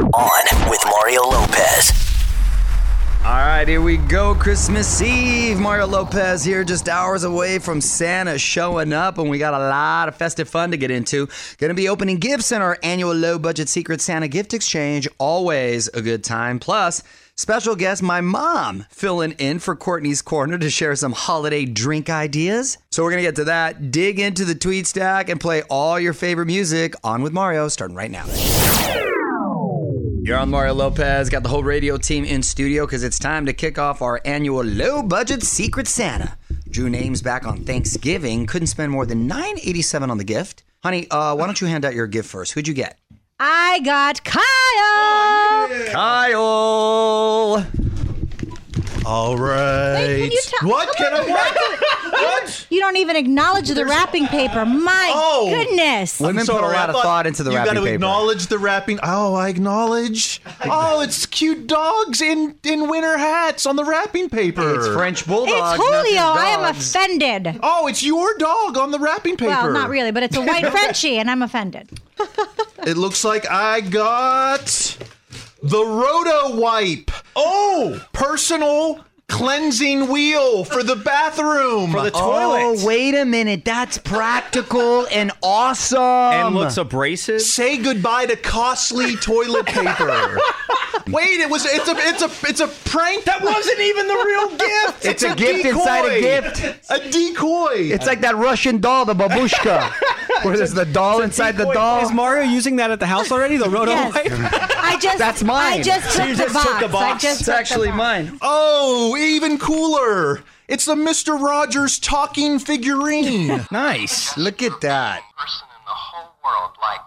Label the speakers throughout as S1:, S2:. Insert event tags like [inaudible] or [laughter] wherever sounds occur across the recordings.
S1: On with Mario Lopez.
S2: All right, here we go. Christmas Eve. Mario Lopez here, just hours away from Santa showing up, and we got a lot of festive fun to get into. Going to be opening gifts in our annual low budget Secret Santa gift exchange. Always a good time. Plus, special guest, my mom, filling in for Courtney's Corner to share some holiday drink ideas. So, we're going to get to that, dig into the tweet stack, and play all your favorite music on with Mario starting right now. You're on Mario Lopez. Got the whole radio team in studio because it's time to kick off our annual low budget Secret Santa. Drew names back on Thanksgiving. Couldn't spend more than 987 on the gift. Honey, uh, why don't you hand out your gift first? Who'd you get?
S3: I got Kyle.
S2: Oh, Kyle.
S4: All right.
S3: Wait, can you tell-
S4: what
S3: come
S4: can I? What? what?
S3: You don't even acknowledge the wrapping paper. My
S4: Oh.
S3: goodness.
S2: Women put a
S4: Sorry, I
S2: lot of thought into the
S4: you
S2: wrapping
S4: You got to
S2: paper.
S4: acknowledge the wrapping. Oh, I acknowledge. Oh, it's cute dogs in in winter hats on the wrapping paper.
S2: It's French bulldogs.
S3: it's
S2: not just
S3: Julio. I am
S2: dogs.
S3: offended.
S4: Oh, it's your dog on the wrapping paper.
S3: Well, not really, but it's
S2: [laughs]
S3: a white Frenchie, and I'm offended.
S4: It looks like I got the Roto Wipe. Oh, personal cleansing wheel for the bathroom. For the
S2: Oh, wait a minute. That's practical and awesome.
S5: and looks abrasive.
S4: Say goodbye to costly toilet paper. Wait, it was it's a it's a it's a prank. That
S5: wasn't even the
S4: [laughs]
S5: real gift.
S2: It's a gift inside a gift.
S4: A decoy.
S2: It's like that Russian doll, the babushka, where there's the doll inside the doll.
S5: Is Mario using that at the house already? The roto
S3: Yes. I just
S2: That's mine.
S3: I just
S2: So
S3: took,
S2: you
S3: the,
S2: just
S3: box.
S2: took the
S3: I just
S2: It's
S3: took the
S2: actually
S3: box.
S2: mine.
S4: oh, even cooler. It's the Mister Rogers talking figurine.
S2: Nice. Look at that.
S6: person in the whole world like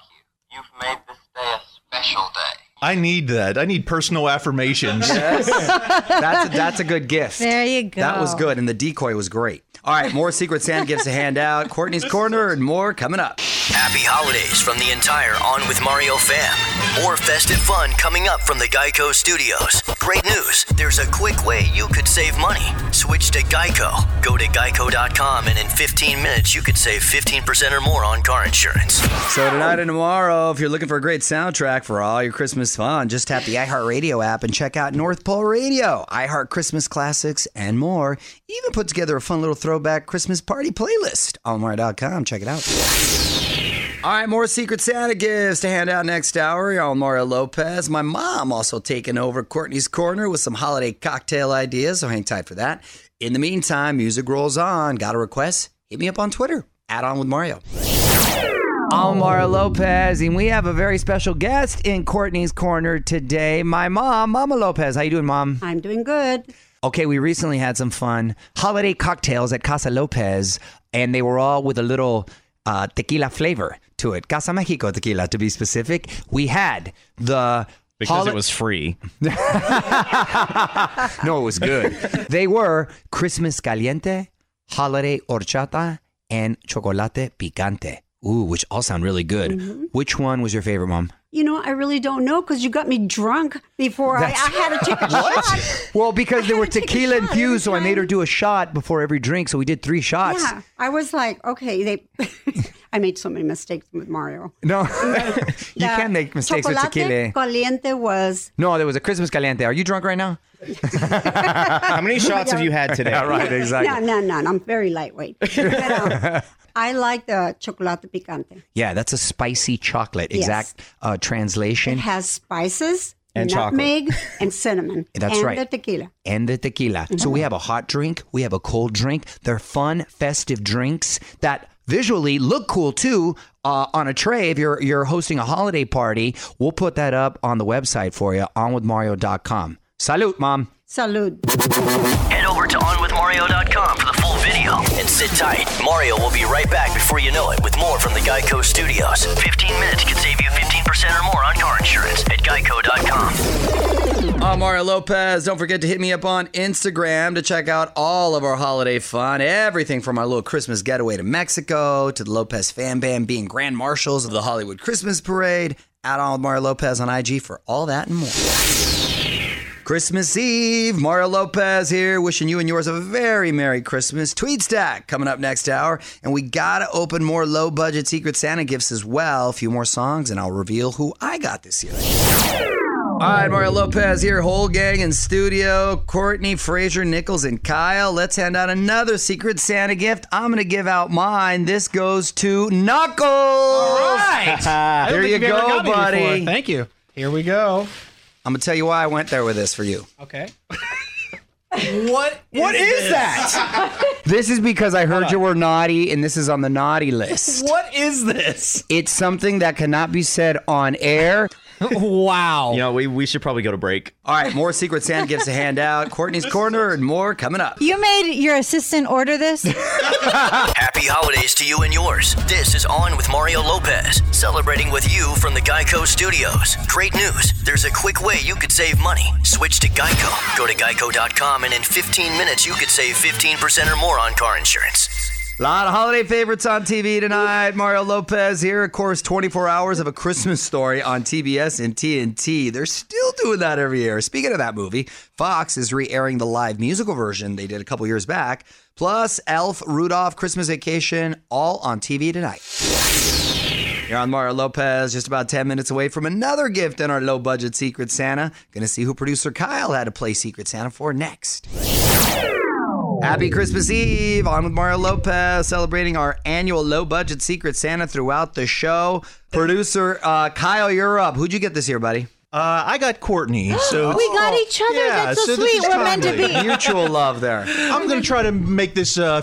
S6: you. You've made this day a special day.
S4: [laughs] I need that. I need personal [laughs] affirmations.
S2: That's a, that's a good gift.
S3: There you go.
S2: That was good, and the decoy was great. All right, more Secret Santa gifts to hand out. Courtney's Corner and more coming up.
S1: Happy holidays from the entire On with Mario fam. More festive fun coming up from the Geico studios. Great news there's a quick way you could save money. Switch to Geico. Go to geico.com, and in 15 minutes, you could save 15% or more on car insurance.
S2: So tonight and tomorrow, if you're looking for a great soundtrack for all your Christmas fun, just tap the iHeartRadio app and check out North Pole Radio, iHeart Christmas classics, and more. Even put together a fun little throwback Christmas party playlist on Mario.com. Check it out. All right, more Secret Santa gifts to hand out next hour. Y'all, Mario Lopez. My mom also taking over Courtney's Corner with some holiday cocktail ideas, so hang tight for that. In the meantime, music rolls on. Got a request? Hit me up on Twitter. Add on with Mario. I'm Mario Lopez, and we have a very special guest in Courtney's Corner today. My mom, Mama Lopez. How you doing, Mom?
S7: I'm doing good.
S2: Okay, we recently had some fun holiday cocktails at Casa Lopez, and they were all with a little uh, tequila flavor to it. Casa Mexico tequila, to be specific. We had the
S5: Because
S2: holi-
S5: it was free.
S2: [laughs] no, it was
S5: [laughs]
S2: good. they were Christmas caliente, holiday horchata, and chocolate picante. Ooh, which all sound really good.
S7: Mm-hmm.
S2: Which one was your favorite, Mom?
S7: You know, I really don't know because you got me drunk before I, I
S2: That's-
S7: had to
S2: [laughs]
S7: take a shot.
S2: Well, because
S7: I
S2: they
S7: had
S2: were
S7: to take a
S2: tequila
S7: shot every
S2: infused, so I made her
S7: time.
S2: do a shot before every drink. So we did three shots.
S7: Yeah, I was like, okay, they. [laughs] I made so many mistakes with Mario.
S2: No, [laughs] you can make mistakes with
S7: Chocolate
S2: tequila.
S7: Caliente was
S2: No, there was a Christmas caliente. Are you drunk right now?
S5: [laughs] How many shots have you
S2: [laughs]
S5: had today?
S2: right,
S7: no, no, no. no, I'm very
S2: [laughs]
S7: lightweight. But, um, I like the chocolate picante.
S2: Yeah, that's a spicy chocolate.
S7: Yes.
S2: Exact uh, translation.
S7: It has spices
S5: And chocolate.
S7: nutmeg and cinnamon.
S2: That's
S7: and
S2: right.
S7: The tequila.
S2: and the tequila. So we have a hot drink, we have a cold drink. They're fun, festive drinks that visually look cool too uh, on a tray. If you're you're hosting a holiday party, we'll put that up on the website for you, onwithmario.com. Salute, mom.
S7: Salud.
S1: Head over to onwithmario.com for the full video and sit tight. Mario will be right back before you know it with more from the Geico Studios. 15 minutes can save you 15% or more on car insurance at geico.com.
S2: I'm Mario Lopez. Don't forget to hit me up on Instagram to check out all of our holiday fun. Everything from our little Christmas getaway to Mexico to the Lopez fan band being grand marshals of the Hollywood Christmas Parade. Add on with Mario Lopez on IG for all that and more. Christmas Eve, Mario Lopez here, wishing you and yours a very Merry Christmas. Tweet Stack coming up next hour, and we gotta open more low budget Secret Santa gifts as well. A few more songs, and I'll reveal who I got this year. All right, Mario Lopez here, whole gang in studio. Courtney, Fraser, Nichols, and Kyle. Let's hand out another Secret Santa gift. I'm going to give out mine. This goes to Knuckles. All [laughs]
S8: I don't
S2: there
S8: think
S2: you
S8: you've ever
S2: go,
S8: gotten any
S2: buddy.
S8: before. Thank you. Here we go.
S2: I'm going to tell you why I went there with this for you.
S8: Okay.
S2: What?
S8: What is, that?
S2: This is because I heard you were naughty, and this is on the naughty list.
S8: what is this?
S2: It's something that cannot be said on air.
S8: wow.
S5: You know, we, we should probably go to break.
S2: All right, more Secret Santa gifts to hand out. Courtney's Corner and more coming up.
S3: You made your assistant order this?
S1: Happy holidays to you and yours. This is On with Mario Lopez, celebrating with you from the Geico Studios. Great news there's a quick way you could save money. Switch to Geico. Go to geico.com, and in 15 minutes, you could save 15% or more on car insurance.
S2: A lot of holiday favorites on TV tonight. Mario Lopez here, of course, 24 hours of a Christmas story on TBS and TNT. They're still doing that every year. Speaking of that movie, Fox is re airing the live musical version they did a couple years back, plus Elf, Rudolph, Christmas Vacation, all on TV tonight. You're on Mario Lopez, just about 10 minutes away from another gift in our low budget Secret Santa. Gonna see who producer Kyle had to play Secret Santa for next. Happy Christmas Eve! On with Mario Lopez, celebrating our annual low budget Secret Santa throughout the show. Producer uh, Kyle, you're up. Who'd you get this year, buddy?
S4: Uh, I
S3: [gasps]
S4: got Courtney, so
S3: we got each other.
S4: Yeah,
S3: That's so,
S4: so this
S3: sweet.
S4: is
S3: We're meant to be.
S4: timely.
S2: Mutual love there.
S4: I'm gonna try to make this uh,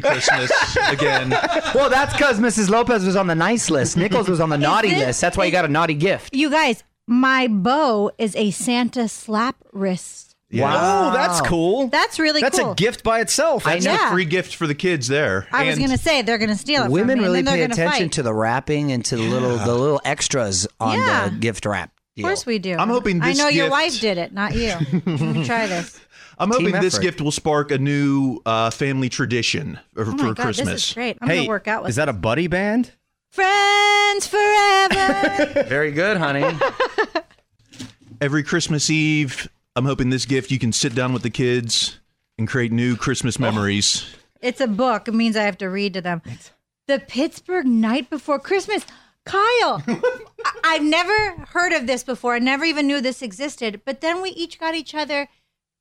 S3: [laughs]
S4: Christmas again.
S2: Well, that's because Mrs. Lopez was on the nice list. Nichols was on the naughty
S3: it-
S2: list. That's why you got a naughty gift.
S3: You guys, my bow is a Santa slap wrist.
S5: Wow. Oh, that's cool.
S3: That's really
S5: That's
S3: cool.
S5: a gift by itself.
S4: That's
S3: Yeah.
S4: a free gift for the kids there.
S3: I was
S4: And-
S3: gonna say they're gonna steal it.
S2: Women
S3: from me,
S2: really
S3: and then
S2: pay
S3: they're gonna
S2: attention
S3: fight.
S2: to the wrapping and to the little the little extras on
S3: Yeah.
S2: the gift wrap.
S3: Of course we do.
S4: I'm hoping
S3: I
S4: this
S3: know your
S4: gift-
S3: wife did it, not
S5: [laughs]
S3: you. Let me try this.
S4: I'm hoping this
S2: effort.
S4: gift will spark a new uh, family tradition for,
S3: Oh my
S4: for
S3: god,
S4: Christmas.
S3: this is great. I'm
S5: hey,
S3: gonna work out with
S5: is that a buddy band?
S3: friends forever.
S5: [laughs]
S2: Very good,
S3: [laughs]
S2: honey.
S4: Every Christmas Eve, I'm hoping this gift you can sit down with the kids and create new Christmas memories.
S3: it's a book. It means I have to read to them. The Pittsburgh Night Before Christmas.
S5: [laughs]
S3: Kyle, I- I've never heard of this before. I never even knew this existed. But then we each got each other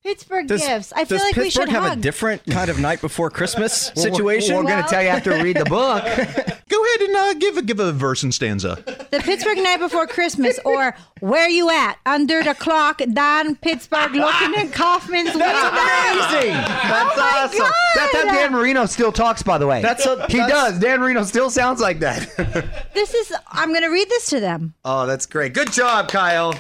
S3: Pittsburgh
S5: Does,
S3: gifts. I feel
S5: does
S3: like
S5: Pittsburgh
S3: we should
S5: have
S3: hug.
S5: a different kind of night before Christmas situation?
S2: We're, we're gonna
S3: Well-
S2: tell you after we read the book.
S3: [laughs]
S4: Go ahead and uh, give a give a verse and stanza.
S3: The Pittsburgh Night Before
S5: [laughs]
S3: Christmas or Where You At? Under the Clock, Don Pittsburgh looking in Kaufman's
S5: [laughs]
S2: [laughs]
S3: window.
S2: amazing. That's
S3: Oh my
S2: awesome.
S3: God.
S2: That's how Dan Marino still talks, by the way.
S5: That's a-
S2: he
S5: that's-
S2: does. Dan Marino still sounds like that. [laughs]
S3: This is, I'm going to read this to them.
S2: oh, that's great. Good job, Kyle.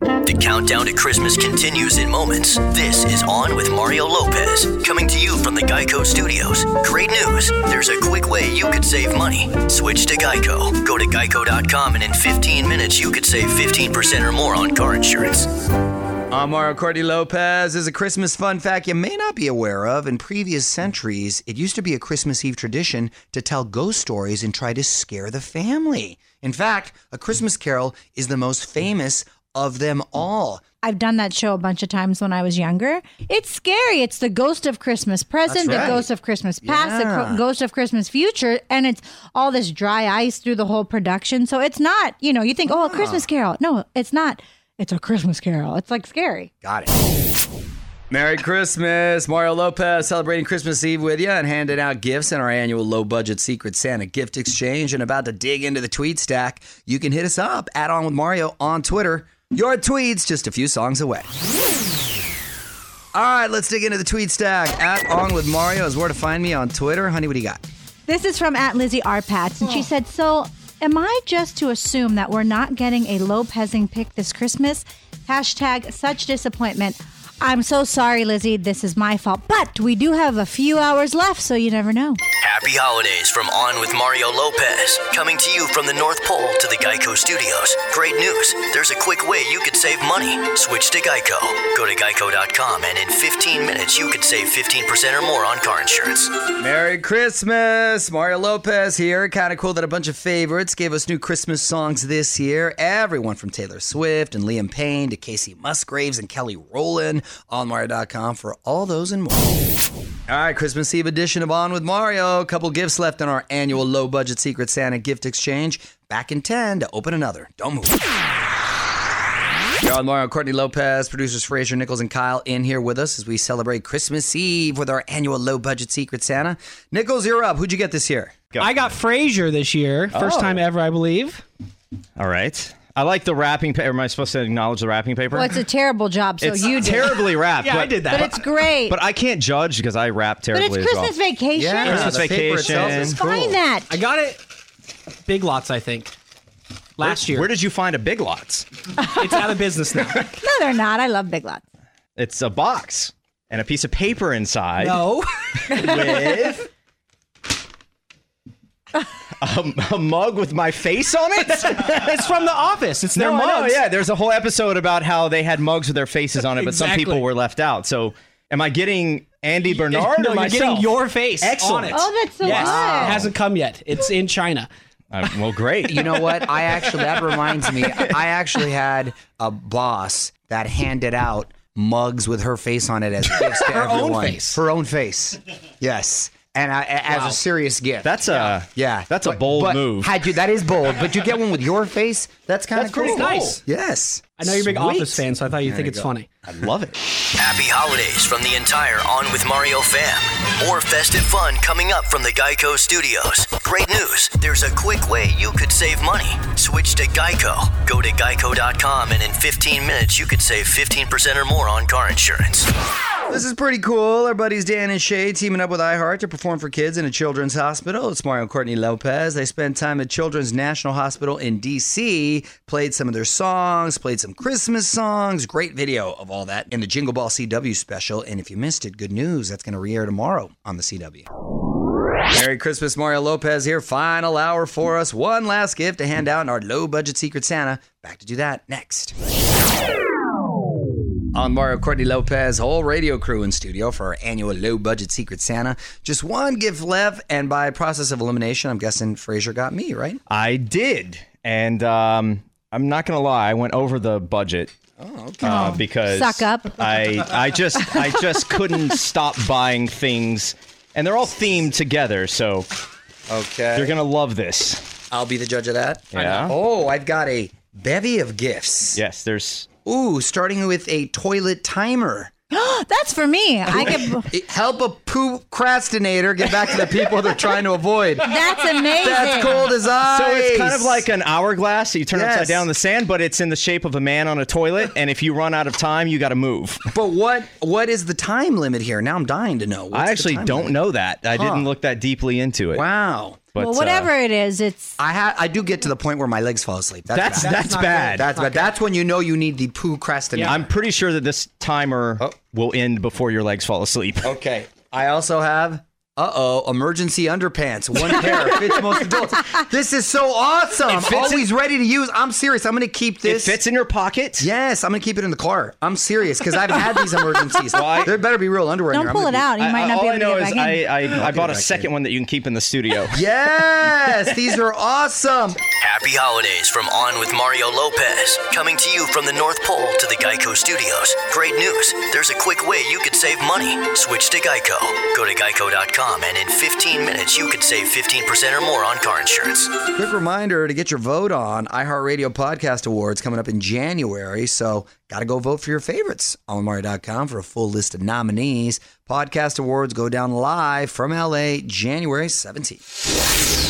S1: The countdown to Christmas continues in moments. This is On with Mario Lopez, coming to you from the Geico Studios. Great news there's a quick way you could save money. Switch to Geico. Go to geico.com, and in 15 minutes, you could save 15% or more on car insurance.
S2: I'm Mario Courtney Lopez. This is a Christmas fun fact you may not be aware of. In previous centuries, it used to be a Christmas Eve tradition to tell ghost stories and try to scare the family. In fact, A Christmas Carol is the most famous of them all.
S3: I've done that show a bunch of times when I was younger. It's scary. It's the ghost of Christmas present,
S2: That's right.
S3: the ghost of Christmas past, the
S2: Yeah.
S3: co- ghost of Christmas future, and it's all this dry ice through the whole production. So it's not, you know, you think, oh, a Christmas carol. No, it's not. It's a Christmas carol. It's like scary.
S2: Got it. Merry Christmas. Mario Lopez celebrating Christmas Eve with you and handing out gifts in our annual low budget Secret Santa gift exchange and about to dig into the tweet stack. You can hit us up at On With Mario on Twitter. Your tweets just a few songs away. All right, let's dig into the tweet stack. At On With Mario is where to find me on Twitter. Honey, what do you got?
S3: This is from at Lizzie Arpats, and she said, "So, am I just to assume that we're not getting a Lopezing pick this Christmas? Hashtag such disappointment. I'm so sorry, Lizzie. This is my fault, but we do have a few hours left, so you never know.
S1: Happy holidays from On with Mario Lopez, coming to you from the North Pole to the Geico Studios. Great news there's a quick way you could save money. Switch to Geico. Go to geico.com, and in 15 minutes, you could save 15% or more on car insurance.
S2: Merry Christmas! Mario Lopez here. Kind of cool that a bunch of favorites gave us new Christmas songs this year. Everyone from Taylor Swift and Liam Payne to Casey Musgraves and Kelly Rowland on Mario.com for all those and more. All right, Christmas Eve edition of On with Mario. A couple gifts left in our annual low budget Secret Santa gift exchange. Back in 10 to open another. Don't move. with Mario and Courtney Lopez, producers Fraser Nichols and Kyle in here with us as we celebrate Christmas Eve with our annual low budget Secret Santa. Nichols, you're up. Who'd you get this year?
S8: I got Frasier this year, first
S5: Oh.
S8: time ever, I believe.
S5: All right. I like the wrapping paper. Am I supposed to acknowledge the wrapping paper?
S3: Well, it's a terrible job, so
S5: It's
S3: you did.
S5: terribly wrapped.
S8: Yeah, I
S5: but-
S8: did that.
S3: But it's great.
S5: But I can't judge because I rap
S3: But
S5: terribly
S3: it's Christmas
S5: as well.
S3: vacation.
S5: Christmas
S2: the paper itself
S5: vacation.
S2: is
S5: It's
S2: cruel.
S3: Find that.
S8: I got it. Big Lots, I think. Last year.
S5: Where did you find a Big Lots?
S8: it's out of business
S5: [laughs]
S8: now.
S3: No, they're not. I love Big Lots.
S5: It's a box and a piece of paper inside
S8: no.
S5: with a, a mug with my face on it.
S8: [laughs] it's from The Office. It's their
S5: no, I know,
S8: mugs.
S5: yeah. There's a whole episode about how they had mugs with their faces on it, but some
S8: Exactly.
S5: people were left out. So, am I getting Andy Bernard
S8: no,
S5: or
S8: you're
S5: myself?
S8: getting your face
S5: Excellent.
S8: on it.
S3: Oh, that's so
S8: yes. It
S3: good.
S8: hasn't come yet. It's in China.
S5: Uh,
S8: [laughs]
S5: well, great.
S2: You know what? I actually, that reminds me, I actually had a boss that handed out mugs with her face on it as gifts to her everyone.
S8: face.
S2: Her own face. Yes. And I, a- as a serious gift.
S5: That's a
S2: yeah.
S5: That's a
S2: But-
S5: bold
S2: but
S5: move.
S2: Had you that is bold, but you get one with your face. That's kind of
S8: That's pretty
S2: cool.
S8: nice.
S2: Yes.
S8: I know you're a big
S2: Sweet.
S8: Office fan, so I thought you'd think it's funny.
S5: I love it.
S1: Happy holidays from the entire On With Mario fam. More festive fun coming up from the Geico studios. Great news there's a quick way you could save money. Switch to Geico. Go to geico.com, and in 15 minutes, you could save 15% or more on car insurance.
S2: This is pretty cool. Our buddies Dan and Shay teaming up with iHeart to perform for kids in a children's hospital. It's Mario and Courtney Lopez. They spent time at Children's National Hospital in D.C., played some of their songs, played some Christmas songs. Great video of all that in the Jingle Ball CW special. And if you missed it, good news. That's going to re-air tomorrow on the CW. Merry Christmas, Mario Lopez here. Final hour for us. One last gift to hand out in our low-budget Secret Santa. Back to do that next on Mario Courtney Lopez, whole radio crew in studio for our annual low budget Secret Santa. Just one gift left, and by process of elimination, I'm guessing Fraser got me, right?
S5: I did, and um, I'm not gonna lie, I went over the budget. Oh, okay. Uh, because
S3: Suck up.
S5: I I just I just couldn't stop buying things, and they're all themed together, so
S2: Okay.
S5: you're gonna love this.
S2: I'll be the judge of that.
S5: Yeah.
S2: Oh, I've got a bevy of gifts.
S5: Yes, there's
S2: Ooh, starting with a toilet timer.
S3: That's for me. I could.
S5: [laughs]
S2: It- help a poo- procrastinator get back to the people they're trying to avoid.
S3: That's amazing. [laughs]
S2: That's cold as ice.
S5: so it's kind of like an hourglass that you turn
S2: Yes.
S5: upside down in the sand, but it's in the shape of a man on a toilet, and if you run out of time, you got to move.
S2: But what what is the time limit here? Now I'm dying to know. What's
S5: I
S2: the
S5: actually
S2: time
S5: don't
S2: limit?
S5: know that. I didn't look that deeply into it.
S2: Wow.
S5: But,
S3: well,
S5: uh,
S3: whatever it is, it's
S2: I ha- I do get to the point where my legs fall asleep. That's
S5: that's
S2: bad.
S5: that's,
S8: not
S5: bad.
S8: good.
S2: That's bad. That's when you know you need the poo crestinator.
S5: I'm pretty sure that this timer
S2: Oh.
S5: will end before your legs fall asleep.
S2: okay. I also have uh oh emergency underpants. One pair fits most adults. This is so awesome.
S5: It fits in-
S2: Always ready to use. I'm serious. I'm gonna keep
S5: It
S2: this.
S5: fits in your pocket.
S2: Yes, I'm gonna keep it in the car. I'm serious because I've had these emergencies.
S5: [laughs] Why?
S2: There better be real underwear. in
S3: don't
S2: here. I'm
S3: pull it
S2: gonna
S3: out. You
S5: I-
S3: might
S5: I-
S3: not be able
S5: all I
S3: to
S5: know
S3: get
S5: is
S3: back
S5: I,
S3: in. [laughs]
S5: I, I bought a
S2: back
S5: second one that you can keep in the [laughs] studio.
S2: be- Yes, these are awesome.
S1: Happy holidays from On with Mario Lopez, coming to you from the North Pole to the Geico Studios. Great news! There's a quick way you could save money. Switch to Geico. Go to geico.com, and in 15 minutes, you could save 15% or more on car insurance.
S2: Quick reminder to get your vote on iHeartRadio Podcast Awards coming up in January. So, got to go vote for your favorites on Mario.com for a full list of nominees. Podcast Awards go down live from LA January 17th.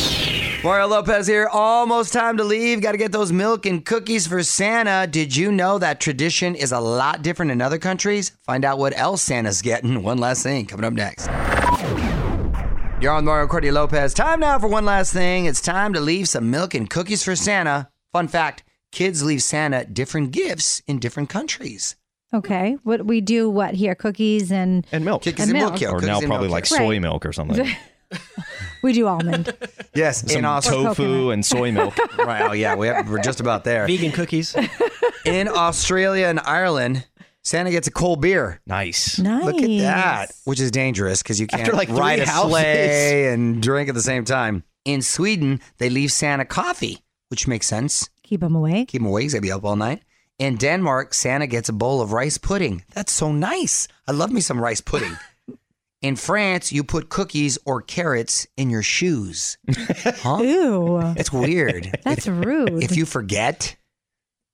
S2: Mario Lopez here. Almost time to leave. Got to get those milk and cookies for Santa. Did you know that tradition is a lot different in other countries? Find out what else Santa's getting. [laughs] One last thing coming up next. You're on Mario Cordy Lopez. Time now for one last thing. It's time to leave some milk and cookies for Santa. Fun fact kids leave Santa different gifts in different countries.
S3: okay. What we do? What here? Cookies and
S5: And milk.
S2: Cookies
S3: And
S2: and milk,
S3: milk.
S2: yeah,
S5: or
S2: cookies
S5: now
S2: and
S5: probably
S2: milk,
S5: like
S2: yeah.
S5: soy milk
S3: [laughs]
S5: or something.
S3: we do
S5: [laughs]
S3: almond.
S2: Yes, in Australia.
S5: Tofu
S3: coconut.
S5: and soy milk.
S2: right, oh, yeah, we have, we're just about there.
S5: [laughs]
S8: Vegan cookies.
S2: In Australia and Ireland, Santa gets a cold beer.
S5: Nice.
S3: nice.
S2: Look at that, which is dangerous because you can't
S5: After, like, three
S2: ride a
S5: houses.
S2: sleigh and drink at the same time. In Sweden, they leave Santa coffee, which makes sense.
S3: Keep them awake.
S2: keep him awake. He's gonna be up all night. In Denmark, Santa gets a bowl of rice pudding. That's so nice. I love me some rice
S3: [laughs]
S2: pudding. In France, you put cookies or carrots in your shoes. Huh?
S3: Ooh,
S5: [laughs]
S2: It's weird.
S3: [laughs] that's rude.
S2: if you forget,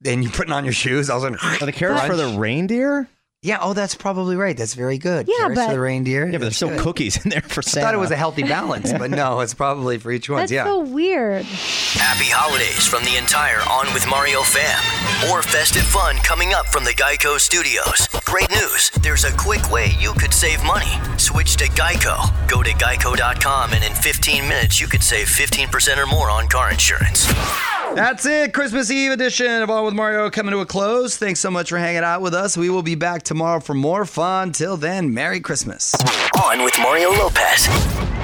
S2: and you're putting on your shoes. I was like,
S5: But the carrots for the reindeer?
S2: [laughs] yeah, oh, that's probably right. That's very good.
S3: Yeah,
S2: Carrots for
S3: but-
S2: the reindeer.
S5: Yeah, but there's still cookies in there
S2: I
S5: for Santa.
S2: thought it was a healthy balance,
S5: [laughs]
S2: but no, it's probably for each one.
S3: That's
S2: yeah.
S3: so weird.
S1: Happy holidays from the entire On With Mario fam. More festive fun coming up from the Geico studios. Great news there's a quick way you could save money. Switch to Geico. Go to geico.com, and in 15 minutes, you could save 15% or more on car insurance.
S2: That's it. Christmas Eve edition of On with Mario coming to a close. Thanks so much for hanging out with us. We will be back tomorrow for more fun. Till then, Merry Christmas.
S1: On with Mario Lopez.